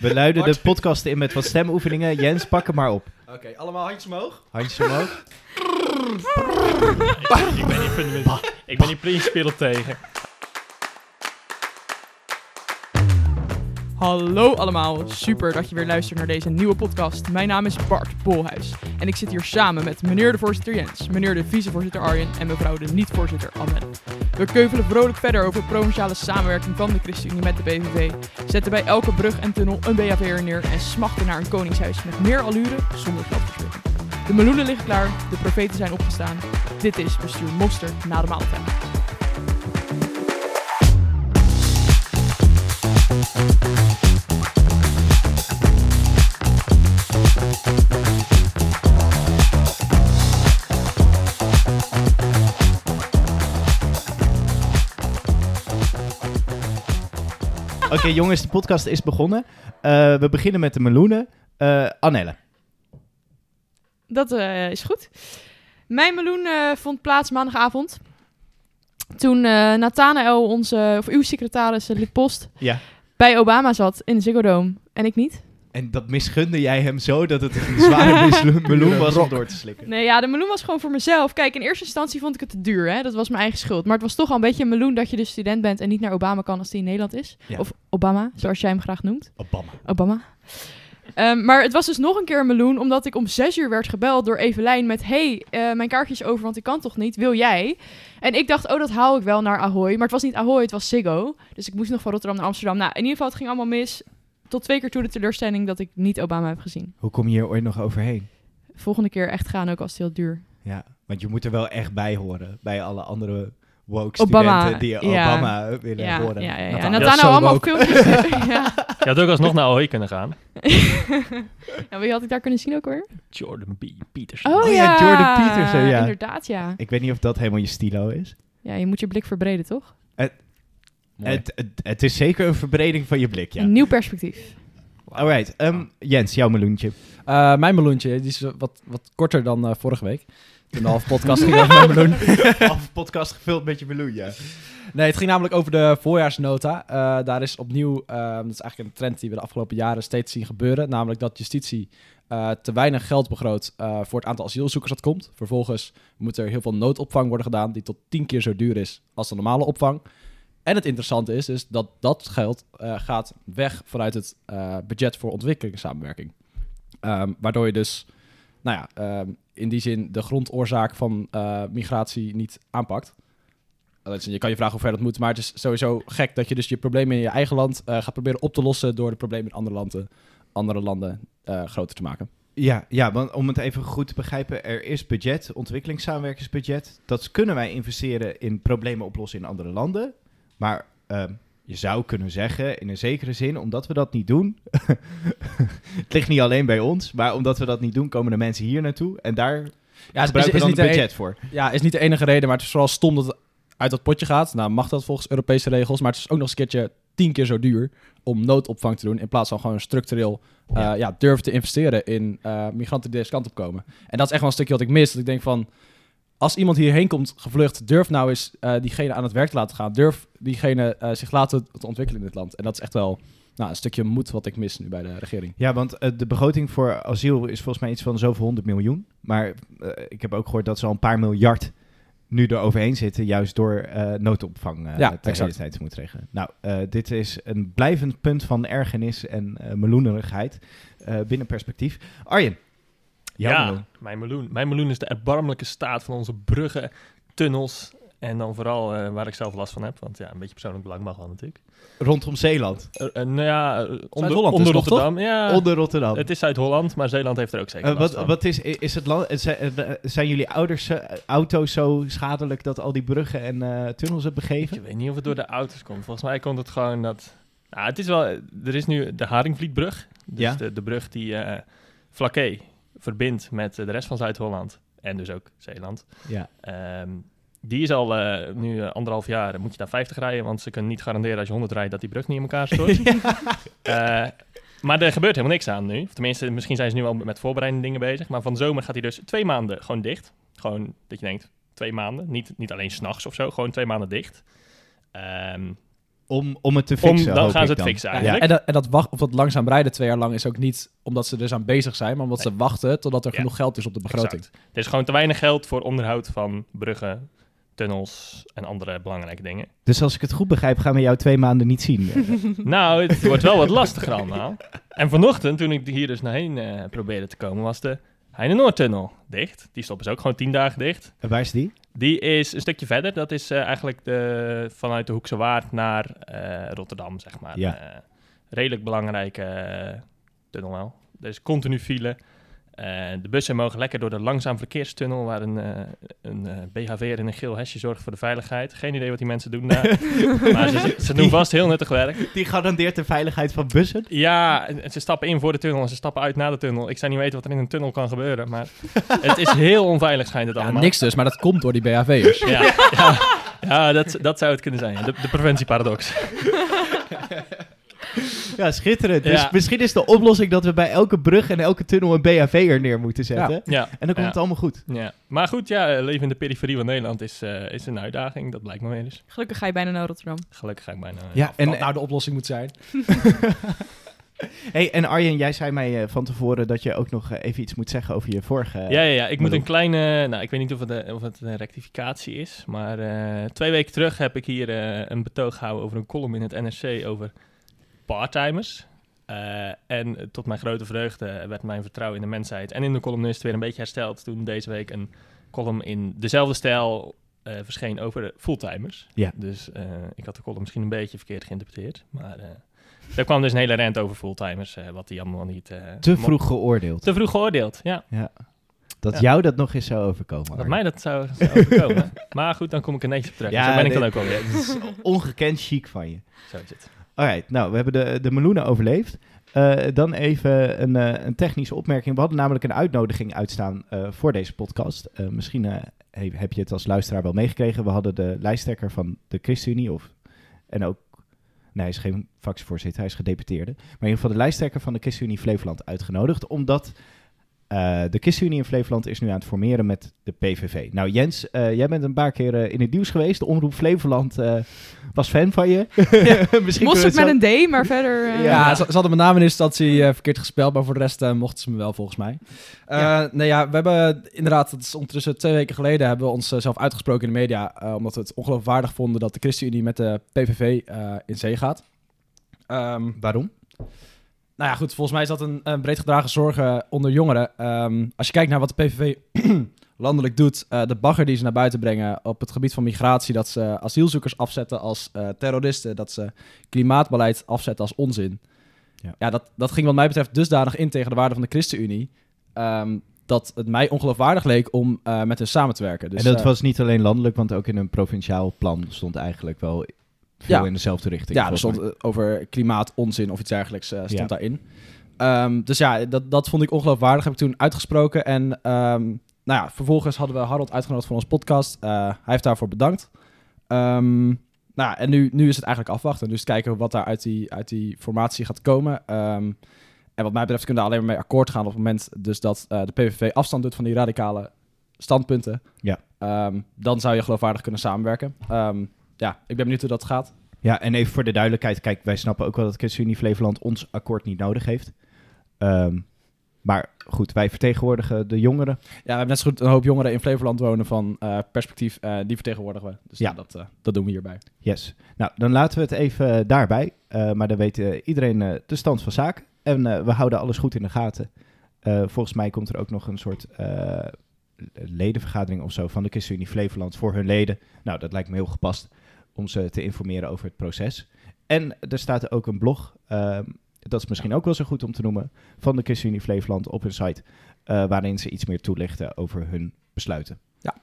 We luiden de Hard. podcast in met wat stemoefeningen. Jens, pak hem maar op. Oké, allemaal handjes omhoog. Handjes omhoog. Ik ben hier fundament- Ik ben hier principieel op tegen. Hallo allemaal, super dat je weer luistert naar deze nieuwe podcast. Mijn naam is Bart Bolhuis en ik zit hier samen met meneer de voorzitter Jens, meneer de vicevoorzitter Arjen en mevrouw de niet-voorzitter Anne. We keuvelen vrolijk verder over provinciale samenwerking van de ChristenUnie met de PVV, zetten bij elke brug en tunnel een BHV'er neer en smachten naar een koningshuis met meer allure zonder geldverspilling. De meloenen liggen klaar, de profeten zijn opgestaan. Dit is Bestuur Moster na de maaltijd. Oké, jongens, de podcast is begonnen. Eh, we beginnen met de meloenen. Eh Annelle. Dat eh, is goed. Mijn meloen eh, vond plaats maandagavond. Toen eh Nathanael, onze, of uw secretaris, eh, lid post, Ja. bij Obama zat in de Ziggo Dome. En ik niet. En dat misgunde jij hem zo dat het een zware mislo- meloen was om door te slikken. Nee, ja, de meloen was gewoon voor mezelf. Kijk, in eerste instantie vond ik het te duur. Hè? Dat was mijn eigen schuld. Maar het was toch al een beetje een meloen dat je dus student bent en niet naar Obama kan als die in Nederland is. Ja. Of Obama, zoals jij hem graag noemt. Obama. Obama. Ehm, maar het was dus nog een keer een meloen, omdat ik om zes uur werd gebeld door Evelijn met... hey, eh, mijn kaartje is over, want ik kan toch niet? Wil jij? En ik dacht, oh, dat haal ik wel naar Ahoy. Maar het was niet Ahoy, het was Ziggo. Dus ik moest nog van Rotterdam naar Amsterdam. Nou, in ieder geval, het ging allemaal mis. Tot twee keer toe de teleurstelling dat ik niet Obama heb gezien. Hoe kom je hier ooit nog overheen? Volgende keer echt gaan, ook als het heel duur. Ja, want je moet er wel echt bij horen. Bij alle andere woke Obama, studenten die ja. Obama willen Ja, ja, horen. ja. ja. Nathanael. En Nathanael zo allemaal woke. filmpjes. ja. Je had ook alsnog naar Ahoy kunnen gaan. ja, wie had ik daar kunnen zien ook hoor? Jordan B. Peterson. Oh, ja, Jordan Peterson, ja. Inderdaad, ja. Ik weet niet of dat helemaal je stilo is. Ja, je moet je blik verbreden, toch? Het, het, het is zeker een verbreding van je blik, ja. Een nieuw perspectief. Alright, ehm, Jens, jouw meloentje. Eh, mijn meloentje, die is eh, wat, wat korter dan eh, vorige week. Toen de half podcast ging over mijn meloen. Af podcast gevuld met je meloen, ja. Nee, het ging namelijk over de voorjaarsnota. Eh, daar is opnieuw, ehm, dat is eigenlijk een trend die we de afgelopen jaren steeds zien gebeuren. Namelijk dat justitie eh, te weinig geld begroot eh, voor het aantal asielzoekers dat komt. Vervolgens moet er heel veel noodopvang worden gedaan, die tot tien keer zo duur is als de normale opvang. En het interessante is, is dat dat geld eh, gaat weg vanuit het eh, budget voor ontwikkelingssamenwerking. Ehm, waardoor je dus, nou ja, ehm, in die zin de grondoorzaak van eh, migratie niet aanpakt. Alleen, Je kan je vragen hoe ver dat moet, maar het is sowieso gek dat je dus je problemen in je eigen land eh, gaat proberen op te lossen door de problemen in andere landen, andere landen eh, groter te maken. Ja, ja, want om het even goed te begrijpen, er is budget, ontwikkelingssamenwerkingsbudget. Dat kunnen wij investeren in problemen oplossen in andere landen. Maar ehm, je zou kunnen zeggen, in een zekere zin, omdat we dat niet doen. het ligt niet alleen bij ons, maar omdat we dat niet doen, komen de mensen hier naartoe. En daar Ja, het gebruiken we dan een budget voor. Ja, is niet de enige reden, maar het is vooral stom dat het uit dat potje gaat. Nou, mag dat volgens Europese regels, maar het is ook nog eens een keertje tien keer zo duur om noodopvang te doen, in plaats van gewoon structureel eh, ja. durven te investeren in eh, migranten die deze kant op komen. En dat is echt wel een stukje wat ik mis, dat ik denk van, als iemand hierheen komt gevlucht, durf nou eens eh, diegene aan het werk te laten gaan. Durf diegene eh, zich laten te ontwikkelen in dit land. En dat is echt wel nou, een stukje moed wat ik mis nu bij de regering. Ja, want eh, de begroting voor asiel is volgens mij iets van zoveel honderd miljoen. Maar eh, ik heb ook gehoord dat ze al een paar miljard nu eroverheen zitten, juist door eh, noodopvang eh Ja, de exact. hele tijd te moeten regelen. Nou, eh, dit is een blijvend punt van ergernis en eh meloenerigheid eh, binnen perspectief. Arjen, jouw ja, meloen. mijn meloen. Mijn meloen is de erbarmelijke staat van onze bruggen, tunnels en dan vooral eh, waar ik zelf last van heb. Want ja, een beetje persoonlijk belang mag wel natuurlijk. rondom Zeeland, Eh, eh, nou ja, eh, onder, Zuid-Holland onder is het toch, Rotterdam. Ja, onder Rotterdam. het is Zuid-Holland, maar Zeeland heeft er ook zeker Eh, last wat, van. wat is, is het land, eh, zijn, eh, zijn jullie ouders zo- eh, auto's zo schadelijk dat al die bruggen en eh, tunnels het begeven? Ik weet niet of het door de auto's komt. Volgens mij komt het gewoon dat... Nou, het is wel... Er is nu de Haringvlietbrug. Dus Ja. de, de brug die eh Vlakke verbindt met eh, de rest van Zuid-Holland. En dus ook Zeeland. Ja. Ehm, die is al eh, nu eh, anderhalf jaar... eh, moet je naar 50 rijden. Want ze kunnen niet garanderen als je 100 rijdt... dat die brug niet in elkaar stort. Eh, maar er gebeurt helemaal niks aan nu. Of tenminste, misschien zijn ze nu al met voorbereidende dingen bezig. Maar van de zomer gaat hij dus twee maanden gewoon dicht. Gewoon dat je denkt, twee maanden. Niet, niet alleen s'nachts of zo, gewoon twee maanden dicht. Ehm, om, om het te Om, fixen. dan hoop gaan ze ik het fixen Ja. eigenlijk. En, dat, en dat, wacht, of dat langzaam rijden twee jaar lang is ook niet omdat ze er dus aan bezig zijn, maar omdat ze wachten totdat er Ja. genoeg geld is op de begroting. Exact. Er is gewoon te weinig geld voor onderhoud van bruggen, tunnels en andere belangrijke dingen. Dus als ik het goed begrijp, gaan we jou twee maanden niet zien. Nou, het wordt wel wat lastiger allemaal. En vanochtend, toen ik hier dus naarheen eh, probeerde te komen, was de Heine Noordtunnel dicht. Die stoppen ze ook gewoon tien dagen dicht. En Waar is die? Die is een stukje verder. Dat is eh, eigenlijk de, vanuit de Hoekse Waard naar eh, Rotterdam, zeg maar. Ja. Eh, redelijk belangrijke eh, tunnel wel. Er is continu file. Eh, de bussen mogen lekker door de langzaam verkeerstunnel... waar een, eh, een eh, BHV'er in een geel hesje zorgt voor de veiligheid. Geen idee wat die mensen doen daar. maar ze, ze doen vast heel nuttig werk. Die garandeert de veiligheid van bussen. Ja, en- en ze stappen in voor de tunnel en ze stappen uit na de tunnel. Ik zou niet weten wat er in een tunnel kan gebeuren. Maar het is heel onveilig schijnt het Ja, allemaal. niks dus, maar dat komt door die BHV'ers. Ja, ja, ja dat, dat zou het kunnen zijn. De, de preventieparadox. Ja, schitterend. Dus Ja. misschien is de oplossing dat we bij elke brug en elke tunnel een BHV er neer moeten zetten. Ja, En dan komt Ja. het allemaal goed. ja. Maar goed, ja, eh, leven in de periferie van Nederland is, eh, is een uitdaging. Dat blijkt maar weer eens. Gelukkig ga je bijna naar Rotterdam. Gelukkig ga ik bijna... eh, Ja, En en, wat nou de oplossing moet zijn. hey, en Arjen, jij zei mij eh, van tevoren dat je ook nog eh, even iets moet zeggen over je vorige... Ja, ja, ja. Ik moet bedoel- een kleine... Nou, ik weet niet of het, eh, of het een rectificatie is. Maar eh, twee weken terug heb ik hier eh, een betoog gehouden over een column in het NRC over parttimers. Eh, en tot mijn grote vreugde werd mijn vertrouwen in de mensheid en in de columnist weer een beetje hersteld toen deze week een column in dezelfde stijl eh, verscheen over de fulltimers. Ja. Dus eh, ik had de column misschien een beetje verkeerd geïnterpreteerd. Maar eh daar kwam dus een hele rant over fulltimers, eh, wat die allemaal niet... eh, Te mo- vroeg geoordeeld. Te vroeg geoordeeld, ja. Dat Ja. jou dat nog eens zou overkomen. Dat Arjen. mij dat zou, zou overkomen. maar goed, dan kom ik er netjes op terug. Ja, Ja, dus daar ben ik dan nee. ook alweer. Dat is ongekend chic van je. Zo is het. Alright, nou, we hebben de, de meloenen overleefd. Eh, dan even een, eh, een technische opmerking. We hadden namelijk een uitnodiging uitstaan eh, voor deze podcast. Eh, misschien eh, he- heb je het als luisteraar wel meegekregen. We hadden de lijsttrekker van de ChristenUnie of, en ook... Nee, hij is geen fractievoorzitter, hij is gedeputeerde. Maar in ieder geval de lijsttrekker van de ChristenUnie Flevoland uitgenodigd. Omdat eh, de ChristenUnie in Flevoland is nu aan het formeren met de PVV. Nou Jens, eh, jij bent een paar keer eh, in het nieuws geweest. De Omroep Flevoland eh, was fan van je. Misschien Mosterd kunnen we met het zo- een D, maar verder... eh, Ja, ze, ze hadden mijn naam in eerste instantie eh, verkeerd gespeld, maar voor de rest eh, mochten ze me wel volgens mij. Eh Ja. Nee, ja, we hebben inderdaad, dat is ondertussen twee weken geleden, hebben we ons eh, zelf uitgesproken in de media, eh, omdat we het ongeloofwaardig vonden dat de ChristenUnie met de PVV eh, in zee gaat. Ehm, Waarom? Nou ja, goed, volgens mij is dat een, een breed gedragen zorgen onder jongeren. Ehm, als je kijkt naar wat de PVV landelijk doet, eh, de bagger die ze naar buiten brengen op het gebied van migratie, dat ze asielzoekers afzetten als eh, terroristen, dat ze klimaatbeleid afzetten als onzin. Ja. Ja, dat, dat ging wat mij betreft dusdanig in tegen de waarden van de ChristenUnie, ehm, dat het mij ongeloofwaardig leek om eh, met hen samen te werken. Dus, en dat eh, was niet alleen landelijk, want ook in een provinciaal plan stond eigenlijk wel veel Ja. in dezelfde richting. Ja, er volgens stond mij. eh, over klimaat, onzin of iets dergelijks eh, stond Ja. daarin. Ehm, dus ja, dat, dat vond ik ongeloofwaardig. Heb ik toen uitgesproken. En ehm, nou ja, vervolgens hadden we Harold uitgenodigd voor ons podcast. Eh, hij heeft daarvoor bedankt. Ehm, nou, ja, en nu, nu is het eigenlijk afwachten. Dus kijken wat daar uit die, uit die formatie gaat komen. Ehm, en wat mij betreft kunnen we daar alleen maar mee akkoord gaan op het moment dus dat eh, de PVV afstand doet van die radicale standpunten. Ja. Ehm, dan zou je geloofwaardig kunnen samenwerken. Ehm, ja, ik ben benieuwd hoe dat gaat. Ja, en even voor de duidelijkheid. Kijk, wij snappen ook wel dat ChristenUnie Flevoland ons akkoord niet nodig heeft. Ehm, maar goed, wij vertegenwoordigen de jongeren. Ja, we hebben net zo goed een hoop jongeren in Flevoland wonen van eh, perspectief. eh, die vertegenwoordigen we. Dus Ja. dat, eh, dat doen we hierbij. Yes. Nou, dan laten we het even eh, daarbij. Eh, maar dan weet eh, iedereen eh, de stand van zaken. En eh, we houden alles goed in de gaten. Eh, volgens mij komt er ook nog een soort eh, ledenvergadering of zo van de ChristenUnie Flevoland voor hun leden. Nou, dat lijkt me heel gepast om ze te informeren over het proces. En er staat ook een blog, ehm, dat is misschien ook wel zo goed om te noemen, van de ChristenUnie Flevoland op hun site, eh, waarin ze iets meer toelichten over hun besluiten. Ja.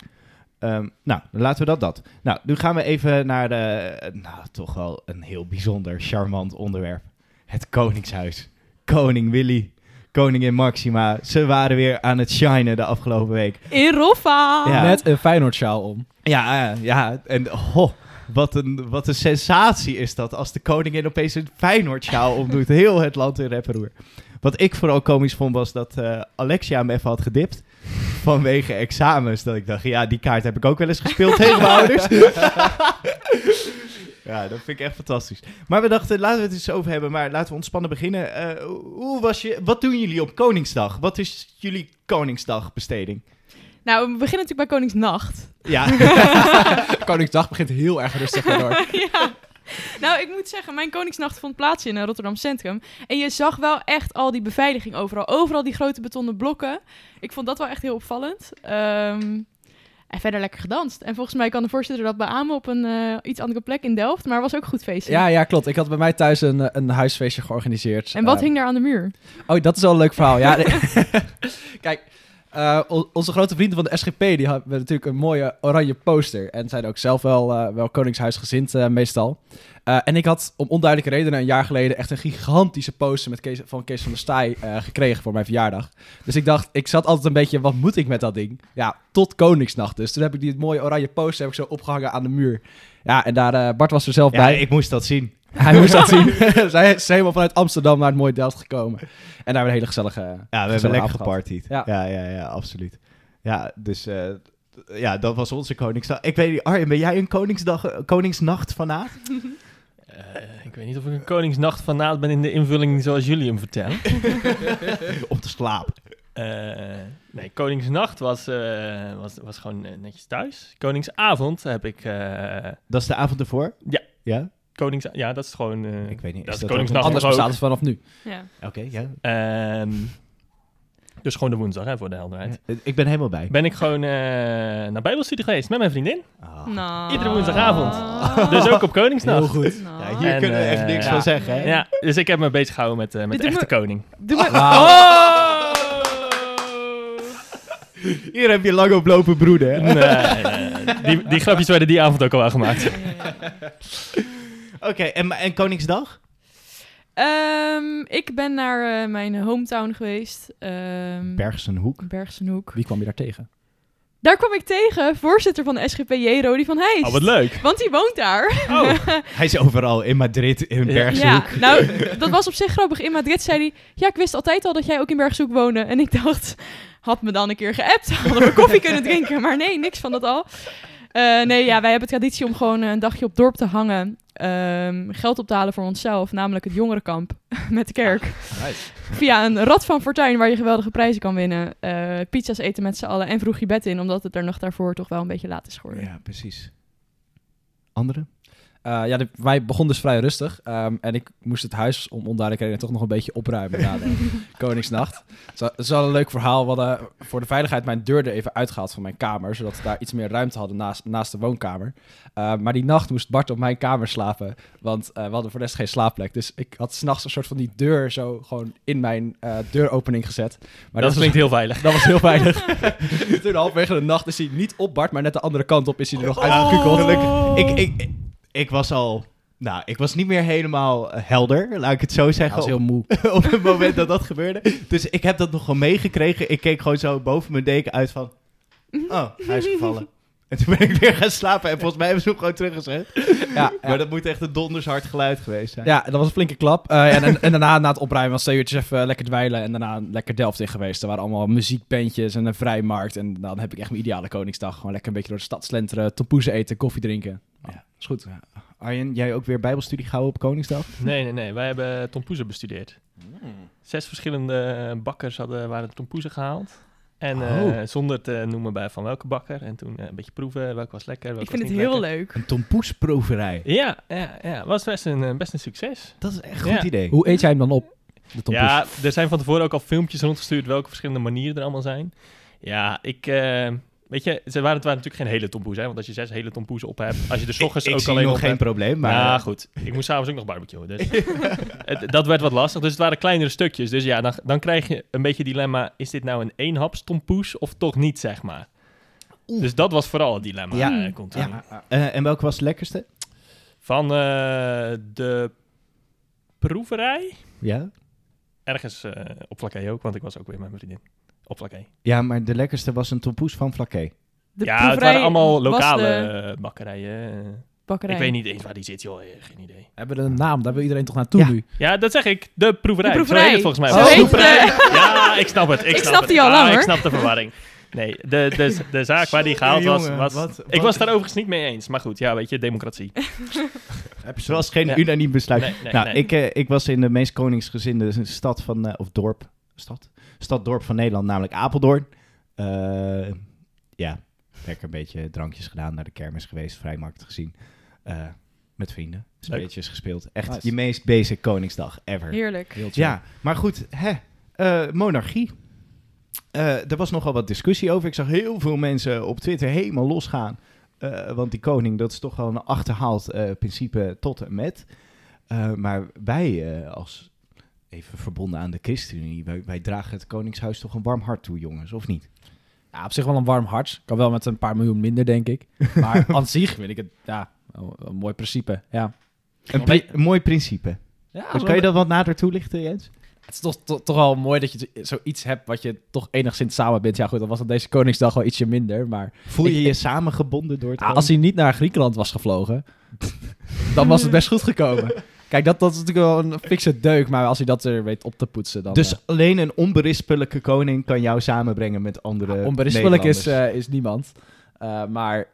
Ehm, nou, dan laten we dat dat. Nou, nu gaan we even naar de, nou, toch wel een heel bijzonder, charmant onderwerp. Het Koningshuis. Koning Willy, koningin Maxima. Ze waren weer aan het shinen de afgelopen week. In Roffa! Ja. Met een Feyenoord sjaal om. Ja, eh, ja. En ho, wat een, wat een sensatie is dat als de koningin opeens een Feyenoord-sjaal omdoet. Heel het land in rep en roer. Wat ik vooral komisch vond was dat eh, Alexia hem even had gedipt vanwege examens. Dat ik dacht, ja, die kaart heb ik ook wel eens gespeeld tegen mijn ouders. Ja, dat vind ik echt fantastisch. Maar we dachten, laten we het eens over hebben, maar laten we ontspannen beginnen. Eh, hoe was je, wat doen jullie op Koningsdag? Wat is jullie Koningsdagbesteding? Nou, we beginnen natuurlijk bij Koningsnacht. Ja, Koningsdag begint heel erg rustig weer door. ja. Nou, ik moet zeggen, mijn Koningsnacht vond plaats in eh, Rotterdam Centrum. En je zag wel echt al die beveiliging overal. Overal die grote betonnen blokken. Ik vond dat wel echt heel opvallend. Ehm, en verder lekker gedanst. En volgens mij kan de voorzitter dat beamen op een eh, iets andere plek in Delft. Maar was ook een goed feestje. Ja, ja, klopt. Ik had bij mij thuis een, eh, een huisfeestje georganiseerd. En wat Eh, hing daar aan de muur? Oh, dat is wel een leuk verhaal. Ja, nee. Kijk, eh, on- onze grote vrienden van de SGP die hebben natuurlijk een mooie oranje poster. En zijn ook zelf wel, eh, wel koningshuisgezind eh, meestal. Eh, en ik had om onduidelijke redenen een jaar geleden echt een gigantische poster met Kees, van Kees van der Staaij eh, gekregen voor mijn verjaardag. Dus ik dacht, ik zat altijd een beetje, wat moet ik met dat ding? Ja, tot Koningsnacht dus. Toen heb ik die mooie oranje poster heb ik zo opgehangen aan de muur. Ja, en daar, eh, Bart was er zelf ja bij. ik moest dat zien. Hij moest dat zien. Zij is helemaal vanuit Amsterdam naar het mooie Delft gekomen. En daar hebben we een hele gezellige... eh, Ja, we hebben Gezellige lekker avond gehad. gepartied. Ja. Ja. ja, ja, absoluut. Ja, dus eh, d- ja, dat was onze Koningsdag. Ik weet niet, Arjen, ben jij een Koningsdag, eh, Koningsnacht fanaat? Eh, ik weet niet of ik een koningsnacht fanaat ben in de invulling zoals jullie hem vertellen. Om te slapen. Eh, nee, Koningsnacht was, eh, was, was gewoon eh, netjes thuis. Koningsavond heb ik... eh, Dat is de avond ervoor? Ja. Ja? Konings... Ja, dat is gewoon... eh, Ik weet niet. Dat is ook- Koningsnacht. Anders ook. bestaat het vanaf nu. Ja. Oké, ja. ehm, dus gewoon de woensdag, hè, voor de helderheid. Eh, Ik ben helemaal bij. Ben ik gewoon eh, naar Bijbelstudie geweest met mijn vriendin. Ah. Nou. Iedere Oh, woensdagavond. Dus ook op Heel Koningsnacht. goed. Nou. Ja, hier En, kunnen we echt eh, niks ja. van zeggen, hè? Ja, dus ik heb me bezig gehouden met, eh, met Dit de doet echte koning. Doe maar... Ah. Hier heb je lang op lopen broeden, hè? Nee, nee, nee. Die, die grapjes werden die avond ook al aangemaakt. Oké, en, en Koningsdag? Ehm, ik ben naar eh, mijn hometown geweest. Ehm Bergsenhoek. Bergsenhoek. Wie kwam je daar tegen? Daar kwam ik tegen voorzitter van de SGPJ, Rodi van Heijs. Oh, wat leuk. Want die woont daar. Oh, Hij is overal in Madrid, in Ja. Bergsenhoek. Ja, nou, dat was op zich grappig. In Madrid zei hij... Ja, ik wist altijd al dat jij ook in Bergshoek woonde. En ik dacht... Had me dan een keer geappt. Hadden we koffie kunnen drinken. Maar nee, niks van dat al. Eh, nee, ja, wij hebben traditie om gewoon eh, een dagje op dorp te hangen. Ehm, geld op te halen voor onszelf. Namelijk het jongerenkamp met de kerk. Ah, Via een rad van fortuin waar je geweldige prijzen kan winnen. Eh, pizza's eten met z'n allen. En vroeg je bed in. Omdat het er nog daarvoor toch wel een beetje laat is geworden. Ja, precies. Andere? Eh, ja, de, wij begon dus vrij rustig. ehm, en ik moest het huis om onduidelijke redenen toch nog een beetje opruimen na de Koningsnacht. Het is wel- het is wel een leuk verhaal. We hadden voor de veiligheid mijn deur er even uitgehaald van mijn kamer. Zodat we daar iets meer ruimte hadden naast, naast de woonkamer. Eh, maar die nacht moest Bart op mijn kamer slapen. Want eh, we hadden voor de rest geen slaapplek. Dus ik had s'nachts een soort van die deur zo gewoon in mijn eh, deuropening gezet. Maar dat was- klinkt heel veilig. Dat was heel veilig. Toen halverwege de nacht is hij niet op Bart, maar net de andere kant op is hij er nog Oh, uitgekukeld. gelukkig. Ik, ik, ik, ik was al... Nou, ik was niet meer helemaal eh, helder, laat ik het zo Hij zeggen. was heel moe. op het moment dat dat gebeurde. Dus ik heb dat nog wel meegekregen. Ik keek gewoon zo boven mijn deken uit van... Oh, hij is gevallen. En toen ben ik weer gaan slapen. En volgens mij hebben ze hem gewoon teruggezet. Ja, ja. Maar dat moet echt een dondershard geluid geweest zijn. ja, dat was een flinke klap. Eh, en, en, en daarna, na het opruimen, was twee uurtjes even eh, lekker dweilen. En daarna lekker Delft in geweest. Er waren allemaal muziekbandjes en een vrijmarkt. En dan heb ik echt mijn ideale Koningsdag. Gewoon lekker een beetje door de stad slenteren, tompoezen eten, koffie drinken. Ja. Ja, is goed. Arjen, jij ook weer bijbelstudie gehouden op Koningsdag? Nee, nee, nee. Wij hebben tompoezen bestudeerd. Hmm. Zes verschillende bakkers hadden, waren tompoezen gehaald. En eh, Oh. zonder te noemen bij van welke bakker. En toen eh, een beetje proeven, welke was lekker, Ik welke vind het was heel niet lekker. leuk. Een tompoesproeverij. Ja, ja, ja. Was best een, eh, best een succes. Dat is echt een goed Ja. idee. Hoe eet jij hem dan op, de tompoes? Ja, er zijn van tevoren ook al filmpjes rondgestuurd welke verschillende manieren er allemaal zijn. Ja, ik... eh, weet je, ze waren, het waren natuurlijk geen hele tompoes, hè. Want als je zes hele tompoes op hebt, als je de ik ochtends ik ook zie alleen nog op geen hebt, probleem, maar... Maar Nou, goed, ik moest s'avonds ook nog barbecuen. Dus het, dat werd wat lastig. Dus het waren kleinere stukjes. Dus ja, dan, dan krijg je een beetje het dilemma: is dit nou een eenhaps tompoes of toch niet, zeg maar? Oeh. Dus dat was vooral het dilemma. Ja. eh, continu. Ja. Eh, en welke was het lekkerste? Van eh, de proeverij, Ja? ergens eh, op Vlakke ook, want ik was ook weer met mijn vriendin. Op Vlakke. Ja, maar de lekkerste was een tompoes van Flaké. De ja, het proeverij waren allemaal was lokale de eh, bakkerijen. bakkerij. Ik weet niet eens waar die zit, joh. eh, Geen idee. We hebben een naam, daar wil iedereen toch naartoe Ja. nu. Ja, dat zeg ik. De proeverij. De Zo proeverij. heet het volgens mij. Zo wel. heet eh, Proeverij. Ja, ik snap het. Ik, Ik snap snapte het. die al Ah, lang, Ik hoor. snap de verwarring. Nee, de, de, de zaak waar die gehaald was... Jongen, was wat- ik wat- was daar overigens niet mee eens. Maar goed, ja, weet je, democratie. Heb je zoals geen Nee. unaniem besluit. Nee, nee, nou, nee. Ik, eh, ik was in de meest koningsgezinde stad van, eh, of dorp, stad? Stad-dorp van Nederland, namelijk Apeldoorn. Eh, ja, lekker een beetje drankjes gedaan, naar de kermis geweest, vrijmarkt gezien. Eh, met vrienden, spelletjes gespeeld. Echt Nice. je meest basic koningsdag ever. Heerlijk. Heel chill. Ja, maar goed, hè, eh, monarchie. Eh, er was nogal wat discussie over. Ik zag heel veel mensen op Twitter helemaal losgaan. Eh, want die koning, dat is toch wel een achterhaald eh, principe tot en met. Eh, maar wij eh, als, even verbonden aan de ChristenUnie, wij, wij dragen het koningshuis toch een warm hart toe, jongens, of niet? Ja, op zich wel een warm hart. Kan wel met een paar miljoen minder, denk ik. Maar aan zich vind ik het, ja, wel een mooi principe. Ja. Een, pri- een mooi principe. Ja, Dan kan je dat wat nader toelichten, Jens? Het is toch, toch, toch wel mooi dat je zo- zoiets hebt wat je toch enigszins samen bent. Ja goed, dan was dat deze Koningsdag wel ietsje minder. Maar Voel je Ik- je samengebonden door het ah, als hij niet naar Griekenland was gevlogen, dan was het best goed gekomen. Kijk, dat, dat is natuurlijk wel een fikse deuk. Maar als hij dat er weet op te poetsen, dan... eh, Dus alleen een onberispelijke koning kan jou samenbrengen met andere ja, Ah, onberispelijk is, eh, Nederlanders. eh, is niemand. Eh, maar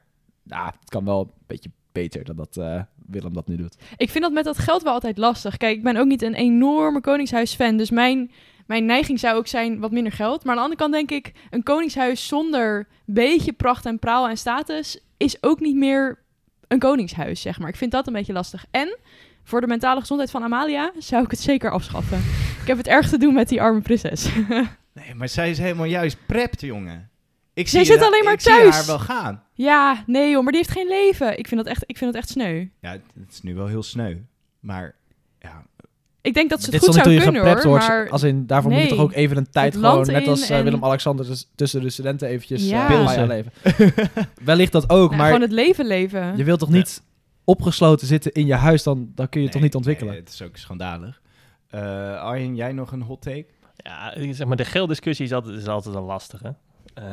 nou, het kan wel een beetje beter dan dat eh, Willem dat nu doet. Ik vind dat met dat geld wel altijd lastig. Kijk, ik ben ook niet een enorme Koningshuis-fan. Dus mijn, mijn neiging zou ook zijn wat minder geld. Maar aan de andere kant denk ik, een Koningshuis zonder beetje pracht en praal en status is ook niet meer een Koningshuis, zeg maar. Ik vind dat een beetje lastig. En voor de mentale gezondheid van Amalia zou ik het zeker afschaffen. Ik heb het erg te doen met die arme prinses. Nee, maar zij is helemaal juist prept, jongen. Ik Zij zie zit haar- alleen maar ik zie thuis. haar wel gaan. ja, nee joh, maar die heeft geen leven. Ik vind dat echt, ik vind dat echt sneu. Ja, het het is nu wel heel sneu. Maar ja, Ik denk dat ze dit het goed zal zou natuurlijk kunnen hoor. geprept Maar Als in, daarvoor moet je Nee. toch ook even een tijd Het land gewoon, net in als eh, en- Willem-Alexander, dus tussen de studenten eventjes Ja. ja. Pilsen. leven. Wellicht dat ook, nou, maar gewoon het leven leven. je wilt toch niet opgesloten zitten in je huis, dan, dan kun je het toch nee, niet ontwikkelen. nee, het is ook schandalig. Eh Arjen, jij nog een hot take? Ja, zeg maar, de geldiscussie is altijd, is altijd een lastige. Eh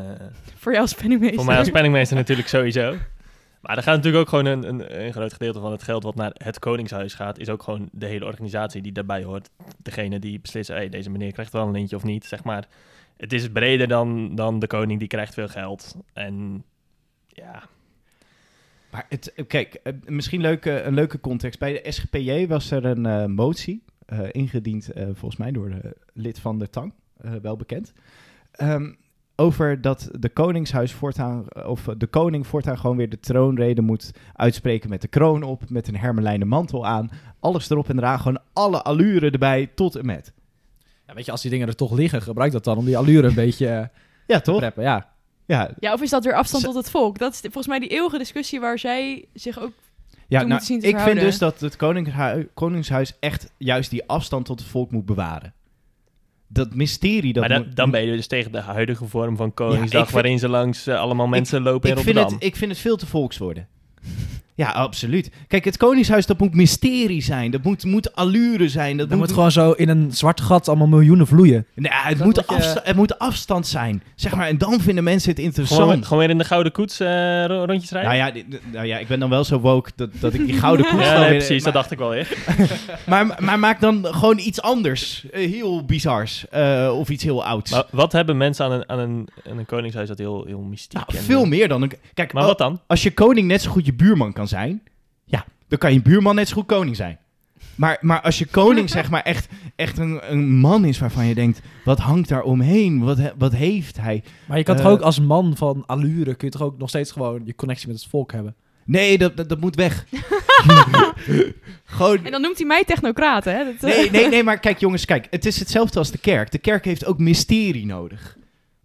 Voor jou als penningmeester. Voor mij als penningmeester natuurlijk sowieso. Maar er gaat natuurlijk ook gewoon een, een, een groot gedeelte van het geld wat naar het Koningshuis gaat, is ook gewoon de hele organisatie die daarbij hoort. Degene die beslist, hey, deze meneer krijgt wel een lintje of niet, zeg maar. Het is breder dan, dan de koning, die krijgt veel geld. En ja, Maar het, eh, kijk, eh, misschien leuke, een leuke context. Bij de SGPJ was er een eh, motie eh, ingediend, eh, volgens mij door de lid van de Tang, eh, wel bekend. Ehm, over dat de koningshuis voortaan, eh, of de koning voortaan gewoon weer de troonrede moet uitspreken met de kroon op, met een hermelijnen mantel aan, alles erop en eraan, gewoon alle allure erbij tot en met. Ja, weet je, als die dingen er toch liggen, gebruik dat dan om die allure een beetje eh, Ja, te toch? preppen. Ja. Ja, Ja, of is dat weer afstand Ze- tot het volk? Dat is de- volgens mij die eeuwige discussie waar zij zich ook... Ja, Toen nou, moet zien te ik vind verhouden. dus dat het koningshui- koningshuis echt juist die afstand tot het volk moet bewaren. Dat mysterie dat. maar dan, moet- dan ben je dus tegen de huidige vorm van Koningsdag, Ja, ik vind- waarin ze langs eh, allemaal mensen lopen in ik vind, Rotterdam. het, ik vind het veel te volks worden. Ja, absoluut. Kijk, het koningshuis dat moet mysterie zijn. Dat moet, moet allure zijn. Dat, Dan moet moet, gewoon zo in een zwart gat allemaal miljoenen vloeien. Nee, het, dat moet moet je- afsta- het moet afstand zijn. Zeg maar, en dan vinden mensen het interessant. gewoon, gewoon weer in de gouden koets eh, ro- rondjes rijden? nou, ja, dit- nou ja, ik ben dan wel zo woke dat, dat ik die gouden koers Ja, dan nee, weer- precies, Nou maar- dat dacht ik wel echt. maar, maar maak dan gewoon iets anders. Eh, heel bizars. eh, of iets heel ouds. Maar wat hebben mensen aan een, aan een, aan een Koningshuis dat heel, heel mystiek Nou, en- veel meer Oh. dan een. Kijk, Maar al- wat dan? als je koning net zo goed je buurman kan zijn, ja, dan kan je buurman net zo goed koning zijn. Maar, maar als je koning zeg maar echt, echt een, een man is waarvan je denkt, wat hangt daar omheen? Wat, he- wat heeft hij? Maar je kan Eh, toch ook als man van allure, kun je toch ook nog steeds gewoon je connectie met het volk hebben. Nee, dat, dat, dat moet weg. Gewoon En dan noemt hij mij technocraat, hè? Dat, eh, Nee, nee, nee, maar kijk jongens, kijk, het is hetzelfde als de kerk. De kerk heeft ook mysterie nodig.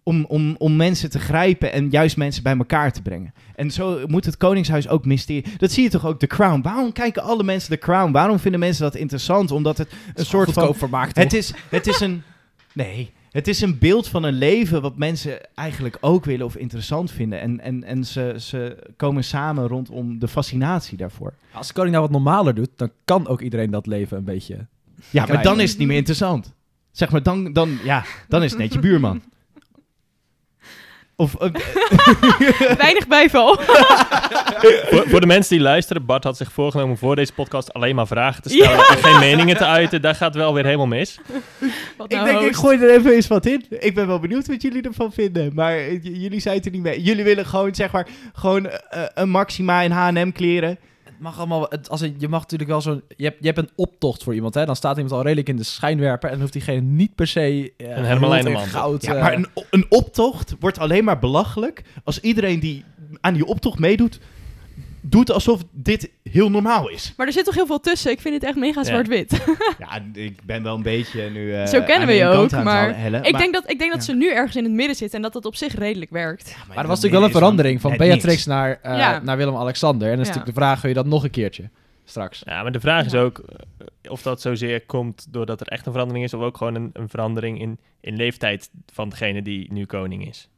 Om, om, om mensen te grijpen en juist mensen bij elkaar te brengen. En zo moet het Koningshuis ook mysterie. Dat zie je toch ook, The Crown. Waarom kijken alle mensen The Crown? Waarom vinden mensen dat interessant? Omdat het een soort van. Goedkoop vermaakt. Het is, het is een. Nee. Het is een beeld van een leven wat mensen eigenlijk ook willen of interessant vinden. En, en, en ze, ze komen samen rondom de fascinatie daarvoor. Als de koning nou wat normaler doet, dan kan ook iedereen dat leven een beetje. Ja, maar Klein. dan is het niet meer interessant. Zeg maar, dan, dan, ja, dan is het net je buurman. Of, eh, Weinig bijval. voor, voor de mensen die luisteren, Bart had zich voorgenomen voor deze podcast alleen maar vragen te stellen en geen meningen te uiten. Daar gaat wel weer helemaal mis. Wat ik nou denk, ik host. gooi er even eens wat in. Ik ben wel benieuwd wat jullie ervan vinden. Maar eh, j- jullie zijn het er niet mee. Jullie willen gewoon, zeg maar, gewoon eh, eh, een Maxima in H&M kleren. Het mag allemaal, het, als een, je mag natuurlijk wel zo'n... Je hebt, je hebt een optocht voor iemand, hè. Dan staat iemand al redelijk in de schijnwerper... en dan hoeft diegene niet per se... eh, Een Hermelijnen rood en mantel. Goud, Ja, eh, maar een, o- een optocht wordt alleen maar belachelijk als iedereen die aan die optocht meedoet, doet alsof dit heel normaal is. Maar er zit toch heel veel tussen. Ik vind het echt mega Ja. zwart-wit. Ja, ik ben wel een beetje nu... eh, Zo kennen aan we één je kant ook, aan het maar halen, Helle, ik maar- denk dat, ik denk dat Ja. ze nu ergens in het midden zit en dat dat op zich redelijk werkt. Ja, Maar er dan was natuurlijk wel een is verandering van net Beatrix niks. naar, eh, Ja. naar Willem-Alexander. En dan is Ja. natuurlijk de vraag, wil je dat nog een keertje straks? Ja, maar de vraag is Ja. ook eh, of dat zozeer komt doordat er echt een verandering is, of ook gewoon een, een verandering in, in leeftijd van degene die nu koning is.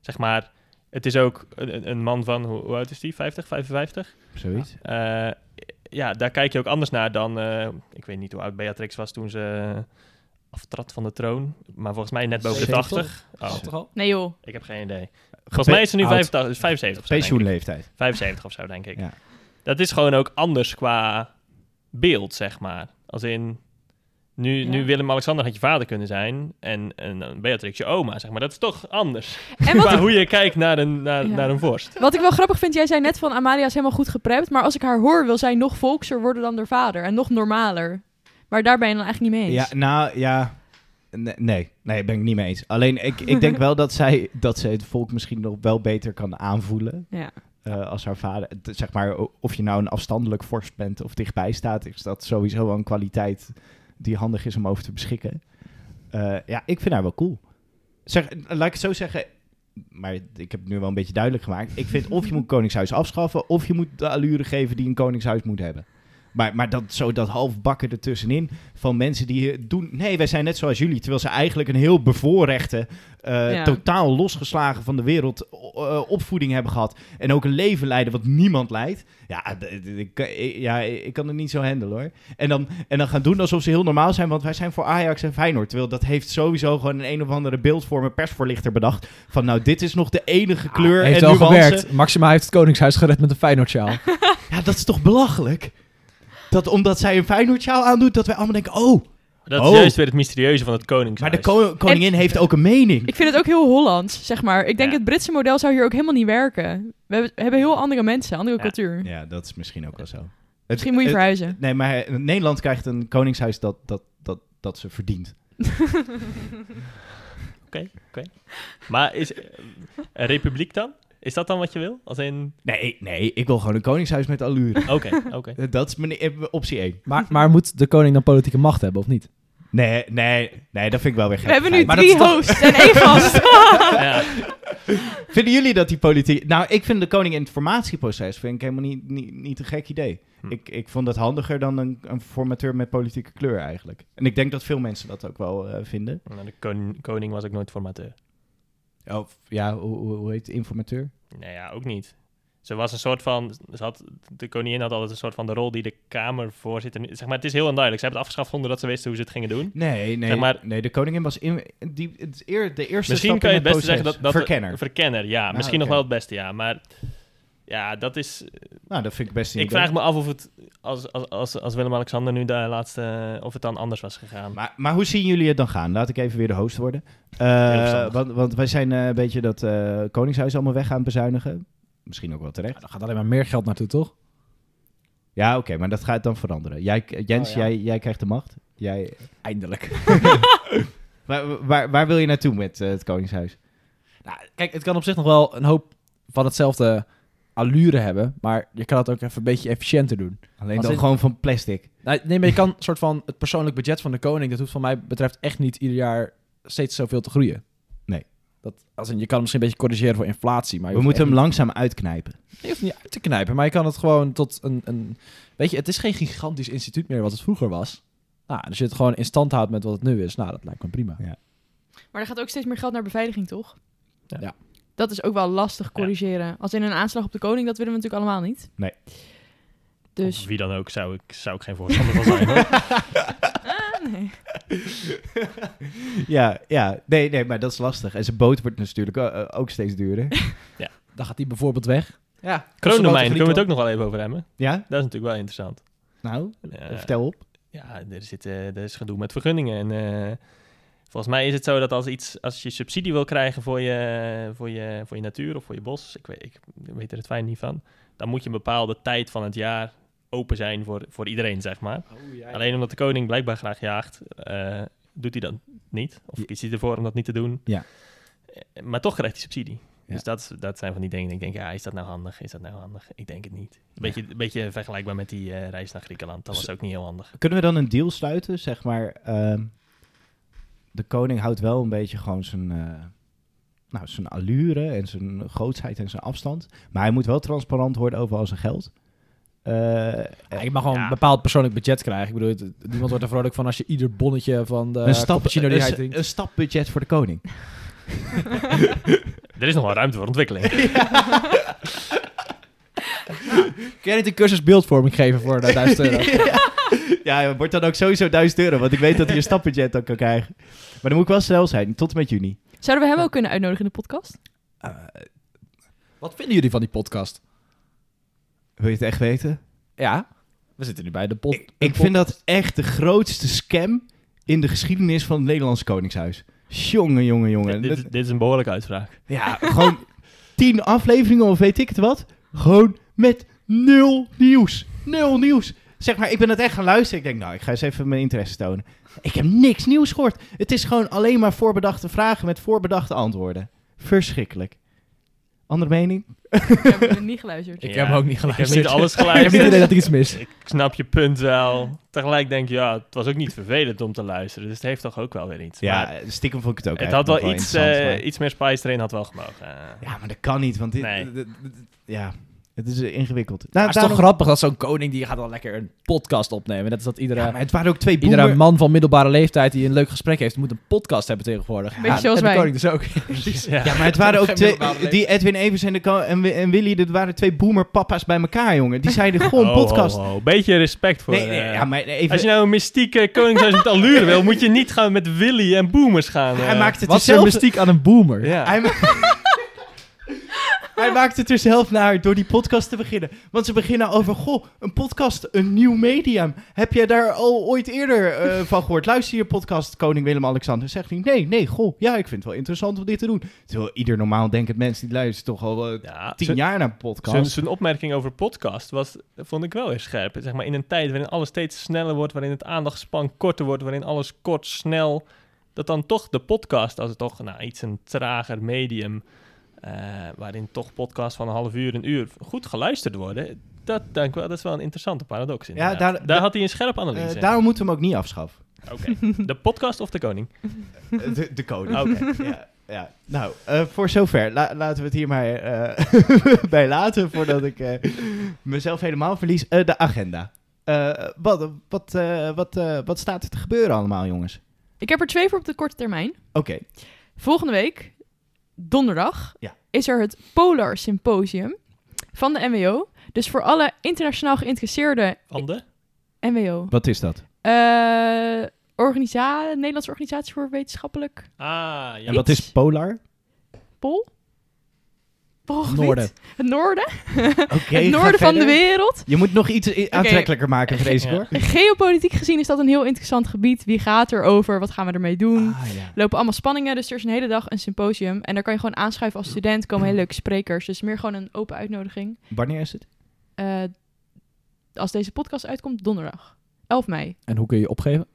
Zeg maar, het is ook een, een- een man van, hoe, hoe oud is die? 50, 55? Zoiets. Eh, ja, daar kijk je ook anders naar dan, eh, ik weet niet hoe oud Beatrix was toen ze eh, aftrad van de troon, maar volgens mij net boven de 70? 80. Oh, Is dat toch al? Nee joh. ik heb geen idee. Volgens mij is ze nu Oud. 85, dus 75 of zo, denk ik. Pensioenleeftijd. 75 of zo, denk ik. Ja. Dat is gewoon ook anders qua beeld, zeg maar. Als in, nu, Ja. nu Willem-Alexander had je vader kunnen zijn en, en dan Beatrix je oma, zeg maar. Dat is toch anders. En Qua wat, hoe je kijkt naar een, naar, Ja. naar een vorst. wat ik wel grappig vind, jij zei net van Amalia is helemaal goed geprept, maar als ik haar hoor wil zij nog volkser worden dan haar vader en nog normaler. Maar daar ben je dan eigenlijk niet mee Ja, eens. nou ja. Nee, nee, nee, ben ik niet mee eens. Alleen ik, ik denk wel dat zij, dat zij het volk misschien nog wel beter kan aanvoelen. Ja. eh, als haar vader, Het- zeg maar, o- of je nou een afstandelijk vorst bent of dichtbij staat, is dat sowieso wel een kwaliteit die handig is om over te beschikken. Eh, ja, ik vind haar wel cool. Zeg, laat ik het zo zeggen, maar ik heb het nu wel een beetje duidelijk gemaakt. Ik vind of je moet koningshuis afschaffen, of je moet de allure geven die een koningshuis moet hebben. Maar, maar dat, zo dat halfbakken ertussenin van mensen die eh, doen... Nee, wij zijn net zoals jullie. Terwijl ze eigenlijk een heel bevoorrechte, eh, Ja. totaal losgeslagen van de wereld o- eh, opvoeding hebben gehad. En ook een leven leiden wat niemand leidt. Ja, d- d- ik, ik- ja ik kan het niet zo handelen hoor. En dan, en dan gaan doen alsof ze heel normaal zijn, want wij zijn voor Ajax en Feyenoord. Terwijl dat heeft sowieso gewoon een een of andere beeldvorm, een persvoorlichter bedacht. Van nou, dit is nog de enige kleur heeft en wel nuance. gewerkt. Maxima heeft het Koningshuis gered met een Feyenoord-sjaal. Ja, dat is toch belachelijk? Dat omdat zij een Feyenoord-sjaal aandoet, dat wij allemaal denken... Oh, Dat Oh. is juist weer het mysterieuze van het maar koningshuis. de ko- koningin heeft ook een mening. Ik vind het ook heel Hollands, zeg maar. Ik denk Ja. het Britse model zou hier ook helemaal niet werken. We hebben, we hebben heel andere mensen, andere Ja. cultuur. Ja, dat is misschien ook wel zo. Misschien moet je verhuizen. Nee, maar Nederland krijgt een koningshuis dat, dat, dat, dat ze verdient. Maar is eh, een republiek dan? Is dat dan wat je wil? Als in, Nee, nee, ik wil gewoon een koningshuis met allure. oké, oké. Dat is mijn eh, optie 1. maar, maar moet de koning dan politieke macht hebben, of niet? Nee, nee, nee, dat vind ik wel weer gek. We hebben nu Maar dat drie is toch- hosts en één gast. Ja. Vinden jullie dat die politiek... Nou, ik vind de koning in het formatieproces vind ik helemaal niet, niet, niet een gek idee. Hm. Ik, ik vond dat handiger dan een, een formateur met politieke kleur eigenlijk. En ik denk dat veel mensen dat ook wel eh, vinden. Nou, de kon- koning was ook nooit formateur. Oh, Of ja, hoe, hoe hoe heet het? Informateur? Nou ja, ook niet. Ze was een soort van, ze had, de koningin had altijd een soort van de rol die de Kamervoorzitter... nu- Zeg maar, het is heel onduidelijk. Ze hebben het afgeschaft zonder dat ze wisten hoe ze het gingen doen. Nee, nee, Zeg maar- nee de koningin was in, die, het eer, de eerste Misschien stap kan je in het beste proces. zeggen dat... dat Verkenner. Verkenner, ja. Ah, misschien nog oké. wel het beste, ja. Maar ja, dat is... nou, dat vind ik best een Ik idee. vraag me af of het, als, als, als, als Willem-Alexander nu de laatste... Of het dan anders was gegaan. Maar, maar hoe zien jullie het dan gaan? Laat ik even weer de host worden. Eh, Heel verstandig. want, want wij zijn eh, een beetje dat eh, koningshuis allemaal weg gaan bezuinigen. Misschien ook wel terecht. Ja, dan gaat alleen maar meer geld naartoe, toch? Ja, oké, maar dat gaat dan veranderen. Jij, eh, Jens, Oh, ja. jij, jij krijgt de macht. Jij, Eindelijk. waar, waar, waar wil je naartoe met eh, het Koningshuis? Nou, kijk, het kan op zich nog wel een hoop van hetzelfde allure hebben. Maar je kan het ook even een beetje efficiënter doen. Alleen Als dan in- gewoon van plastic. Nou, nee, maar je kan soort van het persoonlijk budget van de koning, dat hoeft van mij betreft echt niet ieder jaar steeds zoveel te groeien. Nee. Dat, als in, je kan hem misschien een beetje corrigeren voor inflatie, maar je We hoeft moeten hem echt langzaam uitknijpen. niet, je hoeft niet uit te knijpen, maar je kan het gewoon tot een, een... Weet je, het is geen gigantisch instituut meer wat het vroeger was. Nou, dus je het gewoon in stand houdt met wat het nu is, nou, dat lijkt me prima. Maar er gaat ook steeds meer geld naar beveiliging, toch? Ja. Ja. Dat is ook wel lastig corrigeren. Als in een aanslag op de koning, dat willen we natuurlijk allemaal niet. Nee. Dus Of wie dan ook, zou ik, zou ik geen voorstander van zijn. hoor. eh, Nee. ja, ja. Nee, nee, maar dat is lastig. En zijn boot wordt natuurlijk eh, eh, ook steeds duurder. Dan gaat die bijvoorbeeld weg. Ja, Kroondomein, kunnen we het ook nog wel even over hebben? ja, Dat is natuurlijk wel interessant. nou, Eh, vertel op. Ja, er, zit, eh, er is gedoe met vergunningen. En, eh, volgens mij is het zo dat als, iets, als je subsidie wil krijgen voor je, voor, je, voor je natuur of voor je bos, ik weet, ik weet er het fijn niet van, dan moet je een bepaalde tijd van het jaar open zijn voor, voor iedereen, zeg maar. Alleen omdat de koning blijkbaar graag jaagt, eh, doet hij dat niet. Of Ja. kiest hij ervoor om dat niet te doen. Ja. Eh, Maar toch krijgt hij subsidie. Ja. Dus dat, dat zijn van die dingen. die Ik denk, ja, is dat nou handig? Is dat nou handig? Ik denk het niet. Beetje, Een beetje vergelijkbaar met die eh, reis naar Griekenland. Dat was Dus- ook niet heel handig. Kunnen we dan een deal sluiten, zeg maar? ehm, de koning houdt wel een beetje gewoon zijn, eh, nou, zijn allure en zijn grootsheid en zijn afstand. Maar hij moet wel transparant worden over al zijn geld. Eh, ik mag gewoon Ja. een bepaald persoonlijk budget krijgen. Ik bedoel, het- het- niemand wordt er vrolijk van als je ieder bonnetje van de een, stap, cappuccino die hij een, drinkt. een stapbudget voor de koning. Er is nog wel ruimte voor ontwikkeling. Kun jij niet een cursus beeldvorming geven voor de 1000 euro? Ja, het wordt dan ook sowieso 1000 euro, want ik weet dat hij een stapbudget dan kan krijgen. Maar dan moet ik wel snel zijn, tot en met juni. Zouden we hem ook kunnen uitnodigen in de podcast? Eh, Wat vinden jullie van die podcast? Wil je het echt weten? Ja, we zitten nu bij de pod. Ik, ik vind dat echt de grootste scam in de geschiedenis van het Nederlandse Koningshuis. Jongen, jongen, jongen. dit, Dat- dit is een behoorlijke uitspraak. Ja, gewoon tien afleveringen of weet ik het wat. Gewoon met nul nieuws. Nul nieuws. Zeg maar, ik ben het echt gaan luisteren. Ik denk, nou, ik ga eens even mijn interesse tonen. Ik heb niks nieuws gehoord. Het is gewoon alleen maar voorbedachte vragen met voorbedachte antwoorden. Verschrikkelijk. Andere mening? Ik heb hem niet geluisterd. Ik Ja, heb ook niet Ik heb geluisterd. niet alles Ik heb niet geluisterd. idee dat ik iets mis. ik snap je punt wel. Tegelijk denk je, ja, het was ook niet vervelend om te luisteren. Dus het heeft toch ook wel weer iets. Ja, Maar stiekem vond ik het ook het had eigenlijk wel, nog iets, interessant, eh, iets meer spice erin had wel gemogen. Eh, maar- Ja, maar dat kan niet, want dit... Nee. dit- dit- dit- ja, het is eh, ingewikkeld. Nou, Maar het is toch daarom- grappig dat zo'n koning die gaat dan lekker een podcast opnemen. Dat is dat iedere, Ja, maar het waren ook twee boeren. iedere man van middelbare leeftijd die een leuk gesprek heeft, moet een podcast hebben tegenwoordig. Beetje zoals en de wij. koning dus ook. ja. Ja, maar het waren ook Geen twee... middelbare Die Edwin Evers en, de, Ko- en, Wi- en Willy, dat waren twee boomerpapa's bij elkaar, jongen. Die zeiden gewoon Ho, podcast. ho, ho. Beetje respect voor... Nee, nee, eh, ja, maar even... Als je nou een mystieke koningshuis met allure wil, moet je niet gaan met Willy en boomers gaan. eh. hij maakt het Wat er is er zelf... mystiek aan een boomer? Ja. Hij, ma- hij maakt het er zelf naar door die podcast te beginnen. Want ze beginnen over, goh, een podcast, een nieuw medium. Heb jij daar al ooit eerder eh, van gehoord? Luister je podcast, Koning Willem-Alexander. Zegt hij, nee, nee, goh, ja, ik vind het wel interessant om dit te doen. Terwijl ieder normaal denkend mens, die luistert toch al eh, Ja, tien zijn- jaar naar podcast. zijn- Zijn opmerking over podcast was, vond ik wel weer scherp. Zeg maar, in een tijd waarin alles steeds sneller wordt, waarin het aandachtspan korter wordt, waarin alles kort, snel, dat dan toch de podcast, als het toch nou, iets een trager medium, eh, waarin toch podcasts van een half uur, een uur goed geluisterd worden, dat, denk ik wel, dat is wel een interessante paradox. inderdaad. daar- daar, daar- had hij een scherp Eh, analyse. in. daarom moeten we hem ook niet afschaffen. Oké. De podcast of de koning? Eh, De, de koning. Oké. ja, ja. Nou, eh, voor zover. La- laten we het hier maar eh, bij laten voordat ik eh, mezelf helemaal verlies. Eh, de agenda. Eh, wat, wat, eh, wat, eh, wat staat er te gebeuren allemaal, jongens? Ik heb er twee voor op de korte termijn. Oké, Volgende week, donderdag, Ja. is er het Polar Symposium van de NWO. Dus voor alle internationaal geïnteresseerde Ande? NWO. wat is dat? Eh organisa Nederlandse Organisatie voor Wetenschappelijk Ah, ja. En wat is Polar? Pol. Poolgebied? Noorden. Het noorden. Oké, het ga noorden van de verder. wereld. Je moet nog iets i- aantrekkelijker maken, vrees ik Ja. hoor. Geopolitiek gezien is dat een heel interessant gebied. Wie gaat erover? Wat gaan we ermee doen? Ah, ja. Er lopen allemaal spanningen, dus er is een hele dag een symposium. En daar kan je gewoon aanschuiven als student. Komen hele leuke sprekers. Dus meer gewoon een open uitnodiging. Wanneer is het? Eh, als deze podcast uitkomt, donderdag 11 mei. En hoe kun je je opgeven?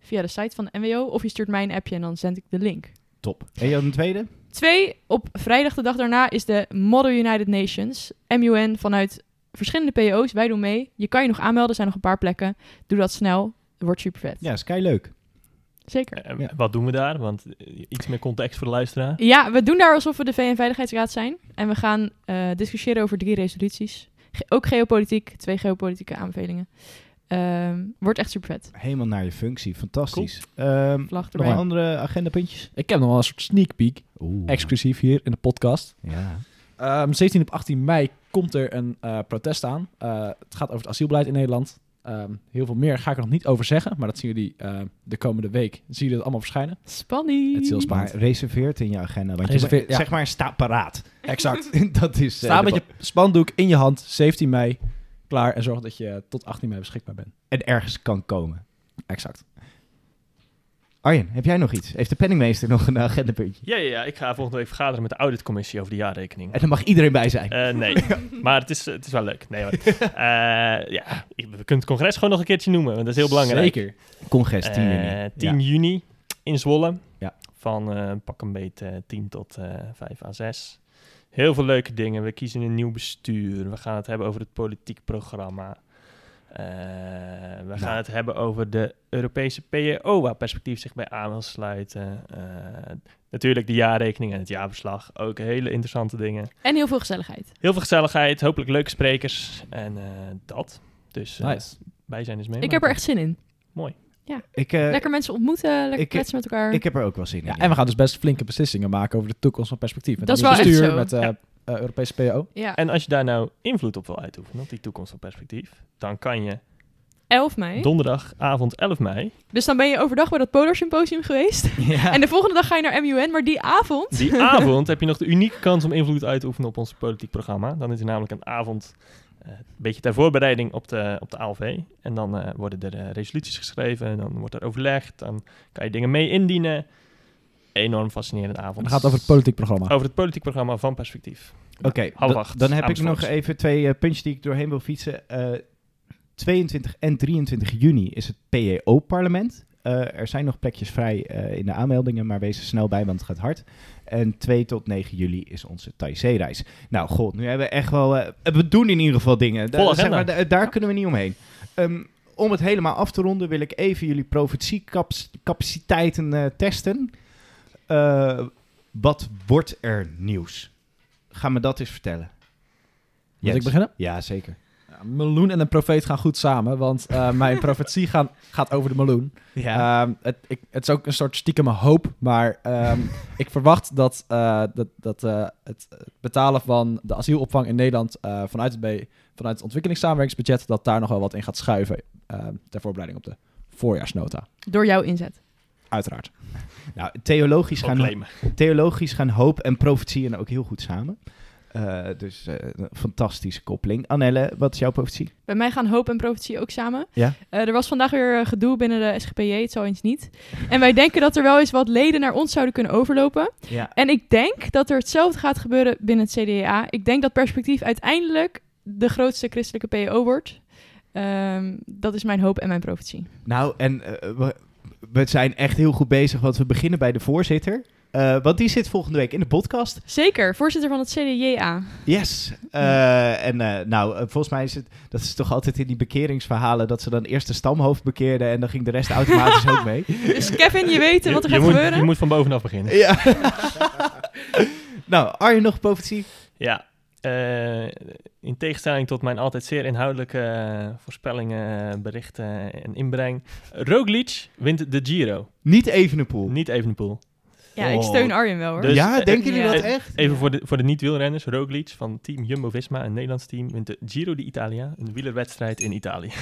Via de site van de NWO. Of je stuurt mij een appje en dan zend ik de link. Top. En dan een tweede? Twee, op vrijdag de dag daarna is de Model United Nations. MUN vanuit verschillende PO's. Wij doen mee. Je kan je nog aanmelden, er zijn nog een paar plekken. Doe dat snel. Het wordt super vet. Ja, is kei leuk. Zeker. Eh, Ja. Wat doen we daar? Want eh, iets meer context voor de luisteraar. Ja, we doen daar alsof we de VN-veiligheidsraad zijn. En we gaan eh, discussiëren over drie resoluties. Ge- ook geopolitiek, twee geopolitieke aanbevelingen. Ehm, wordt echt super vet. Helemaal naar je functie. Fantastisch. Ehm, Vlag nog erbij. andere agendapuntjes? Ik heb nog wel een soort sneak peek, Oeh. exclusief hier in de podcast. Ja. Ehm, 17 op 18 mei komt er een eh, protest aan. Eh, het gaat over het asielbeleid in Nederland. Eh, Ehm, heel veel meer ga ik er nog niet over zeggen, maar dat zien jullie eh, de komende week. Zien jullie dat allemaal verschijnen? Spanning. Het is heel Maar spannend. reserveert in je agenda. Want je, Reserveer- ja. Zeg maar, sta paraat. Exact. dat is... eh, Sta de met bo- je spandoek in je hand, 17 mei, klaar. En zorg dat je tot 18 mei beschikbaar bent. En ergens kan komen. Exact. Arjen, heb jij nog iets? Heeft de penningmeester nog een agendapuntje? Ja, ja, ja, ik ga volgende week vergaderen met de auditcommissie over de jaarrekening. En dan mag iedereen bij zijn. Eh, nee, maar het is, het is wel leuk. Nee hoor. Eh, ja, we kunnen het congres gewoon nog een keertje noemen, want dat is heel belangrijk. Zeker. Congres 10 juni. Eh, 10 juni in Zwolle. Ja. Van eh, pak een beet eh, 10 tot eh 5 à 6. Heel veel leuke dingen. We kiezen een nieuw bestuur. We gaan het hebben over het politiek programma. Eh, we Nou. gaan het hebben over de Europese PEO, waar perspectief zich bij aan wil sluiten. Eh, natuurlijk de jaarrekening en het jaarverslag. Ook hele interessante dingen. En heel veel gezelligheid. Heel veel gezelligheid, hopelijk leuke sprekers en eh, dat. Dus eh, Nice. wij zijn dus mee. Ik heb er echt zin in. Ik, eh, Lekker mensen ontmoeten, lekker ik- kletsen met elkaar. ik heb er ook wel zin in. Ja, en we gaan dus best flinke beslissingen maken over de toekomst van perspectief. Met Dat een is nieuw wel echt bestuur, zo. Met de Europese PO. ja. En als je daar nou invloed op wil uitoefenen, op die toekomst van perspectief, dan kan je 11 mei. donderdagavond 11 mei, Dus dan ben je overdag bij dat Polar Symposium geweest. Ja. En de volgende dag ga je naar MUN, maar die avond... die avond, heb je nog de unieke kans om invloed uit te oefenen op ons politiek programma. Dan is er namelijk een avond, eh, een beetje ter voorbereiding op de, op de ALV. En dan eh, worden er eh, resoluties geschreven, en dan wordt er overlegd, dan kan je dingen mee indienen. Enorm fascinerende avond. En dan gaat het over het politiek programma. Over het politiek programma van perspectief. Oké, Nou, half dan- acht, dan heb ik Amersfoort. nog even twee eh, puntjes die ik doorheen wil fietsen. Eh, 22 en 23 juni is het PEO-parlement. Eh, er zijn nog plekjes vrij eh, in de aanmeldingen, maar wees er snel bij, want het gaat hard. En 2 tot 9 juli is onze Taizé-reis. Nou, god, nu hebben we echt wel... eh, we doen in ieder geval dingen. Da- Volle zeg agenda. maar, da- daar kunnen we niet omheen. Ehm, om het helemaal af te ronden wil ik even jullie profetiecapaciteiten eh testen. Eh, wat wordt er nieuws? Ga me dat eens vertellen. Moet ik Jens. beginnen? Ja, zeker. Ja, meloen en een profeet gaan goed samen, want eh, mijn profetie gaan, gaat over de meloen. Eh, Ehm, het, ik, het is ook een soort stiekeme hoop, maar ehm, ik verwacht dat, eh, dat, dat eh, het het betalen van de asielopvang in Nederland eh, vanuit, het B, vanuit het ontwikkelingssamenwerkingsbudget, dat daar nog wel wat in gaat schuiven ehm, ter voorbereiding op de voorjaarsnota. Door jouw inzet. Uiteraard. Nou, theologisch gaan, Proclaimen. theologisch gaan hoop en profetie en ook heel goed samen. Eh, dus eh, een fantastische koppeling. Annelle, wat is jouw profetie? Bij mij gaan hoop en profetie ook samen. Ja. Eh, er was vandaag weer eh, gedoe binnen de SGPJ, het zal eens niet. En wij denken dat er wel eens wat leden naar ons zouden kunnen overlopen. Ja. En ik denk dat er hetzelfde gaat gebeuren binnen het CDA. Ik denk dat perspectief uiteindelijk de grootste christelijke PO wordt. Ehm, dat is mijn hoop en mijn profetie. Nou, en eh, we, we zijn echt heel goed bezig, want we beginnen bij de voorzitter. Eh, want die zit volgende week in de podcast. Zeker, voorzitter van het CDJA. Yes. Eh, en eh, nou, eh, volgens mij is het, dat is toch altijd in die bekeringsverhalen, dat ze dan eerst de stamhoofd bekeerden en dan ging de rest automatisch ook mee. Dus Kevin, je weet eh, wat er je, gaat moet, gebeuren. je moet van bovenaf beginnen. Ja. nou, Arjen nog profetie? Ja, eh, in tegenstelling tot mijn altijd zeer inhoudelijke eh, voorspellingen, eh, berichten en inbreng. Roglic wint de Giro, Niet even een pool. niet Evenepoel. Ja, ik steun Arjen wel hoor. Dus, ja, eh, denken jullie ja. dat echt? Even voor de, voor de niet-wielrenners, Roglic van team Jumbo-Visma, een Nederlands team, wint de Giro d'Italia, een wielerwedstrijd in Italië.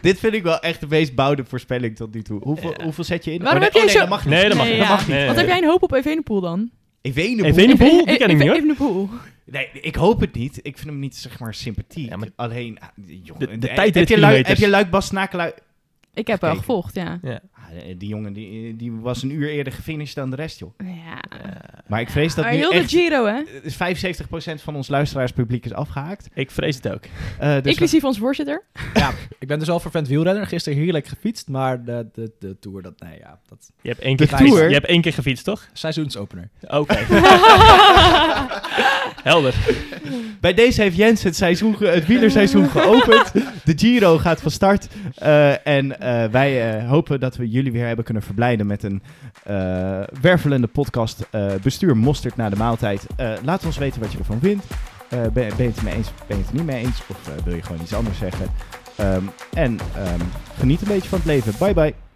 Dit vind ik wel echt de meest boude voorspelling tot nu toe. Hoeveel, Ja. hoeveel zet je in? Oh, Waarom nee, heb jij nee, zo- dat mag niet. Nee, dat mag Nee, niet. ja. Dat mag niet. Nee, Wat nee, heb jij een hoop op Evenepoel dan? Evenepoel. Evenepoel? Even- Die ken ik even- niet, hoor. Evenepoel. Nee, ik hoop het niet. Ik vind hem niet, zeg maar, sympathiek. Ja, maar- Alleen, ah, jongen, De- de eh, tijdrit heb je, lui, heb kilometers. je Luik Bas Snakelui... Ik heb wel Gekeken. gevolgd, ja. Ah, eh, die jongen, die, die was een uur eerder gefinished dan de rest, joh. Ja. Maar ik vrees dat Maar nu heel echt... de Giro, hè? eh, 75% van ons luisteraarspubliek is afgehaakt. Ik vrees het ook. Eh, dus Inclusief ons voorzitter. Ik ben dus al vervent wielrenner, gisteren heerlijk gefietst, maar de, de, de Tour, dat, nee ja, dat Je hebt één De keer, gefietst. Tour. Je hebt één keer gefietst, toch? seizoensopener. Oké. Helder. Bij deze heeft Jens het, seizoen, ge- het wielerseizoen geopend. De Giro gaat van start. Eh, en eh, wij eh, hopen dat we jullie weer hebben kunnen verblijden met een eh, wervelende podcast. eh, bestuur mosterd na de maaltijd. Eh, laat ons weten wat je ervan vindt. Eh, ben, ben je het ermee eens? Ben je het er niet mee eens? Of eh, wil je gewoon iets anders zeggen? Ehm, en ehm, geniet een beetje van het leven. Bye bye.